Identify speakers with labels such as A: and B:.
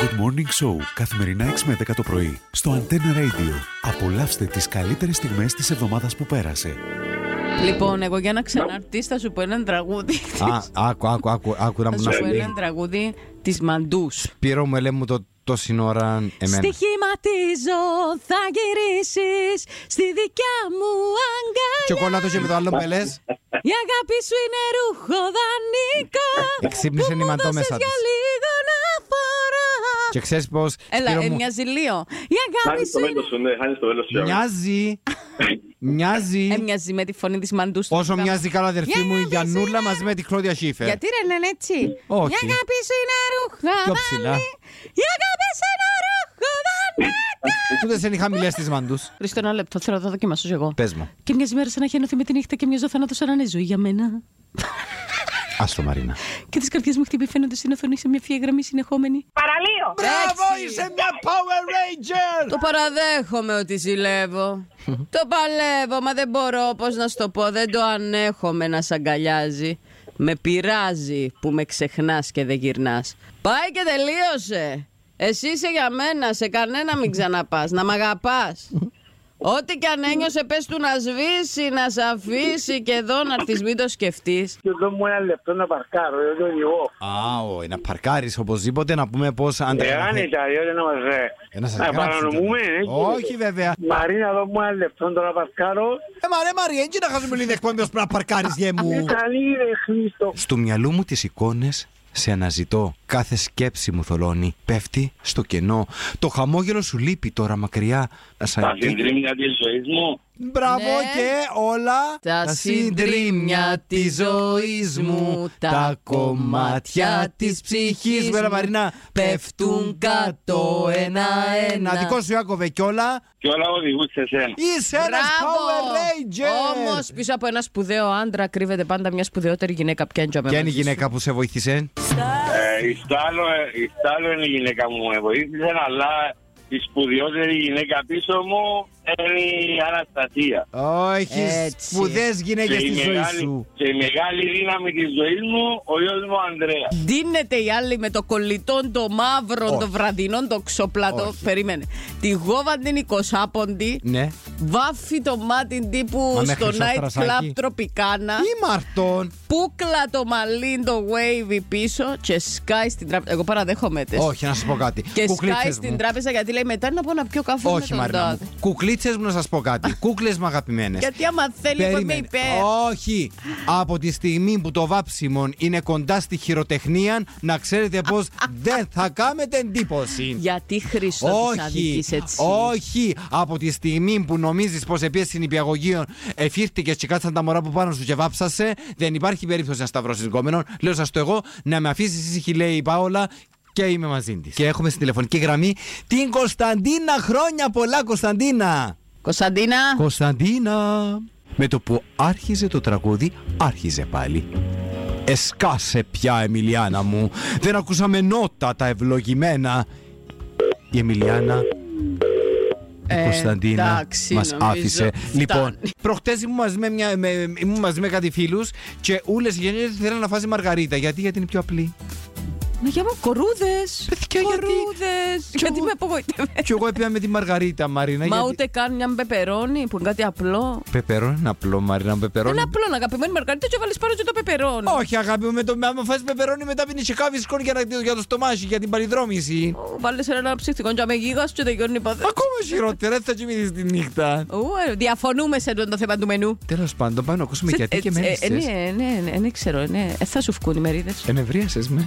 A: Good Morning Show, καθημερινά 6 με 10 το πρωί, στο Antenna Radio. Απολαύστε τις καλύτερες στιγμές της εβδομάδας που πέρασε.
B: Λοιπόν, εγώ για να ξαναρτήσει θα σου πω έναν τραγούδι.
C: Α, άκου, άκου, άκου, άκου να
B: θα
C: μου
B: σου
C: να
B: πω
C: σου
B: έναν τραγούδι της Μαντούς.
C: Πήρω μου, έλε μου το τόση ώρα εμένα.
B: Στοιχηματίζω, θα γυρίσεις στη δικιά μου
C: Και
B: αγκαλιά.
C: ο κόλλατος και με το άλλο που λες.
B: Η αγάπη σου είναι ρούχο δανεικό.
C: Εξύπνησε
B: που μου
C: ε, η μαντό
B: δώσες
C: μέσα
B: για
C: της.
B: λίγο να φοράω.
C: Και ξέρεις πως,
B: Έλα,
C: Σπύρο
B: ε,
C: μου,
B: μοιάζει λίγο. Η αγάπη
D: Χάνεις το
B: σου είναι.
D: μέλος σου, ναι, χάνεις το μέλος σου.
C: μοιάζει, μοιάζει,
B: Ε, μοιάζει με τη φωνή της Μαντού.
C: όσο μοιάζει καλά αδερφή
B: Για
C: μου η
B: να δεις,
C: Γιαννούλα
B: είναι.
C: μαζί με τη Κλώδια Σίφερ.
B: Γιατί ρε λένε έτσι.
C: Ε. Όχι.
B: Η αγάπη σου είναι ρούχα.
C: Πιο ψηλά.
B: δανεί. Η αγάπη σου είναι ρούχα.
C: Τούτες είναι οι χαμηλές της μαντούς.
B: Χριστό, ένα λεπτό. Θέλω να το δοκιμάσω κι εγώ.
C: Πες μου,
B: Και μια μέρα σαν να έχει ενωθεί με τη νύχτα και μια ζωθάνατο σαν να είναι ζωή για μένα.
C: άστο Μαρίνα.
B: Και τις καρδιές μου χτυπή φαίνονται στην οθονή σε μια φιέ γραμμή συνεχόμενη.
E: Παραλίο.
C: Μπράβο, είσαι μια Power Ranger!
B: Το παραδέχομαι ότι ζηλεύω. το παλεύω, μα δεν μπορώ, πώς να σου το πω. Δεν το ανέχομαι να σ' αγκαλιάζει. Με πειράζει που με ξεχνάς και δεν γυρνάς. Πάει και τελείωσε. Εσύ είσαι για μένα, σε κανένα μην ξαναπάς. Να μ' αγαπάς. Ό,τι κι αν ένιωσε, πες του να σβήσει, να σε αφήσει και εδώ να έρθει, μην το σκεφτείς.
F: και εδώ μου ένα λεπτό να παρκάρω, δεν το οδηγώ.
C: Α, ο, να παρκάρεις οπωσδήποτε να πούμε πως
B: Ε,
C: αν τα
F: Εάν τα διότι να μας ε,
C: Ε, να σας
F: να
C: γράψουν
F: παρανομούμε.
C: τότε.
F: ε,
C: Όχι
F: κύριε.
C: βέβαια.
F: Μαρίνα, εδώ μου ένα λεπτό τώρα να παρκάρω.
C: Ε, μα ρε Μαρία, έτσι να χάσουμε λίγο εκπομπή ώσπου να παρκάρεις γε
F: Ε,
C: μου.
F: Καλή ρε Χρήστο.
C: Στο μυαλό μου τις εικόνες σε αναζητώ. Κάθε σκέψη μου θολώνει. Πέφτει στο κενό. Το χαμόγελο σου λείπει τώρα μακριά. Να σ'
D: Τα
C: αγγίξει.
D: συντρίμια της ζωής μου.
C: Μπράβο
B: Ναι.
C: και όλα
B: Τα συντρίμια της ζωής μου, τα κομμάτια της ψυχής
C: Μέρα
B: μου,
C: Μαρίνα
B: πέφτουν κάτω ένα-ένα.
C: Δικό σου Ιάκωβε κι όλα
D: Και όλα οδηγούν σε σένα.
C: Είσαι ένας Power Ranger
B: Όμως πίσω από ένα σπουδαίο άντρα κρύβεται πάντα μια σπουδαιότερη γυναίκα. Ποια είναι, Τζο, με
C: Ποια είναι η
B: μαζί σου?
C: γυναίκα που σε βοήθησε
D: Ε, η Στάλο, ε, η Στάλο είναι η γυναίκα μου, με βοήθησε, αλλά η σπουδαιότερη γυναίκα πίσω μου είναι η Αναστασία.
C: Όχι
B: Έτσι.
C: σπουδές γυναίκες στη ζωή σου
D: και η μεγάλη δύναμη της ζωής μου, ο γιος μου Ανδρέας.
B: Ντύνεται η άλλη με το κολλητό, το μαύρο,
C: Όχι.
B: το βραδινό, το ξοπλατό.
C: Όχι.
B: Περίμενε. Τη γόβα την οικοσάποντη.
C: Ναι
B: Βάφει το μάτι τύπου
C: Μα με
B: στο
C: χρυσό
B: night club
C: θρασάκι.
B: τροπικάνα.
C: Ή Μαρτών
B: Πούκλα το μαλλί, το wavy πίσω και σκάει στην τράπεζα. Εγώ παραδέχομαι τις.
C: Όχι να σας πω κάτι
B: Και σκάει
C: Κουκλίτσες
B: στην
C: μου.
B: τράπεζα γιατί λέει μετά να πω να πιω καφέ με
C: Όχι
B: τον
C: Μαρίνα
B: τάδε».
C: μου Κουκλίτσες μου να σας πω κάτι Κούκλες μου αγαπημένες
B: Γιατί άμα θέλει που είμαι
C: Περίμενε.
B: υπέρ.
C: Όχι. Από τη στιγμή που το βάψιμον είναι κοντά στη χειροτεχνία, να ξέρετε πως δεν θα κάνετε εντύπωση.
B: Γιατί Χρήστο της
C: Όχι,
B: αδικείς έτσι.
C: όχι. Από τη στιγμή που νομίζεις πως επίες στην υπηαγωγείο, εφήρτηκες και κάτσαν τα μωρά που πάνω σου και βάψασε, δεν υπάρχει περίπτωση να σταυρώσεις γκόμενον. Λέω σας το εγώ, να με αφήσεις ήσυχη, λέει η Πάολα, και είμαι μαζί της. Και έχουμε στην τηλεφωνική γραμμή την Κωνσταντίνα. Χρόνια πολλά, Κωνσταντίνα!
B: Κωνσταντίνα.
C: Κωνσταντίνα! Με το που άρχιζε το τραγούδι, άρχιζε πάλι. Εσκάσε πια, Εμιλιάνα μου. Δεν ακούσαμε νότα τα ευλογημένα. Η Εμιλιάνα. Η
B: Ε,
C: Κωνσταντίνα
B: εντάξει,
C: μας
B: νομίζω
C: άφησε.
B: φτάνει.
C: Λοιπόν, προχτές ήμουν μαζί με, μια, με, ήμουν μαζί με κάτι φίλους και όλες οι γενιές θέλανε να φάσει μαργαρίτα. Γιατί, γιατί είναι πιο απλή.
B: Μα για μου κορούδε.
C: Παιδιά, γιατί-
B: Κορούδες.
C: Κι
B: Γιατί
C: εγώ-
B: με απογοητεύει.
C: και εγώ έπια με τη μαργαρίτα, Μαρίνα.
B: Μα
C: γιατί-
B: ούτε καν μια πεπερώνη που είναι κάτι απλό.
C: Πεπερώνι είναι απλό, Μαρίνα. Πεπερώνι.
B: Ένα απλό αγαπημένη μαργαρίτα και βάλεις πάνω και το πεπερώνι.
C: Όχι, αγάπη μου, με το άμα φας πεπερώνι μετά πίνεις και κάβεις σκόνη για, να- για το στομάχι, για την παλιδρόμηση.
B: Βάλει ένα ψυχτικό και με γίγας και δεν γιώνει ποτέ.
C: Ακόμα χειρότερα, έτσι θα κοιμηθείς τη νύχτα.
B: Ου, ε, Διαφωνούμε σε το θέμα του μενού.
C: Τέλος πάντων, πάμε να ακούσουμε
B: Σε-
C: γιατί
B: ε,
C: και με
B: ε, ε,
C: ένστες.
B: Ναι, ναι, ναι, ναι, ξέρω. ναι. Ε, Θα σου βγουν οι μερίδες.
C: Ενευρίασες με.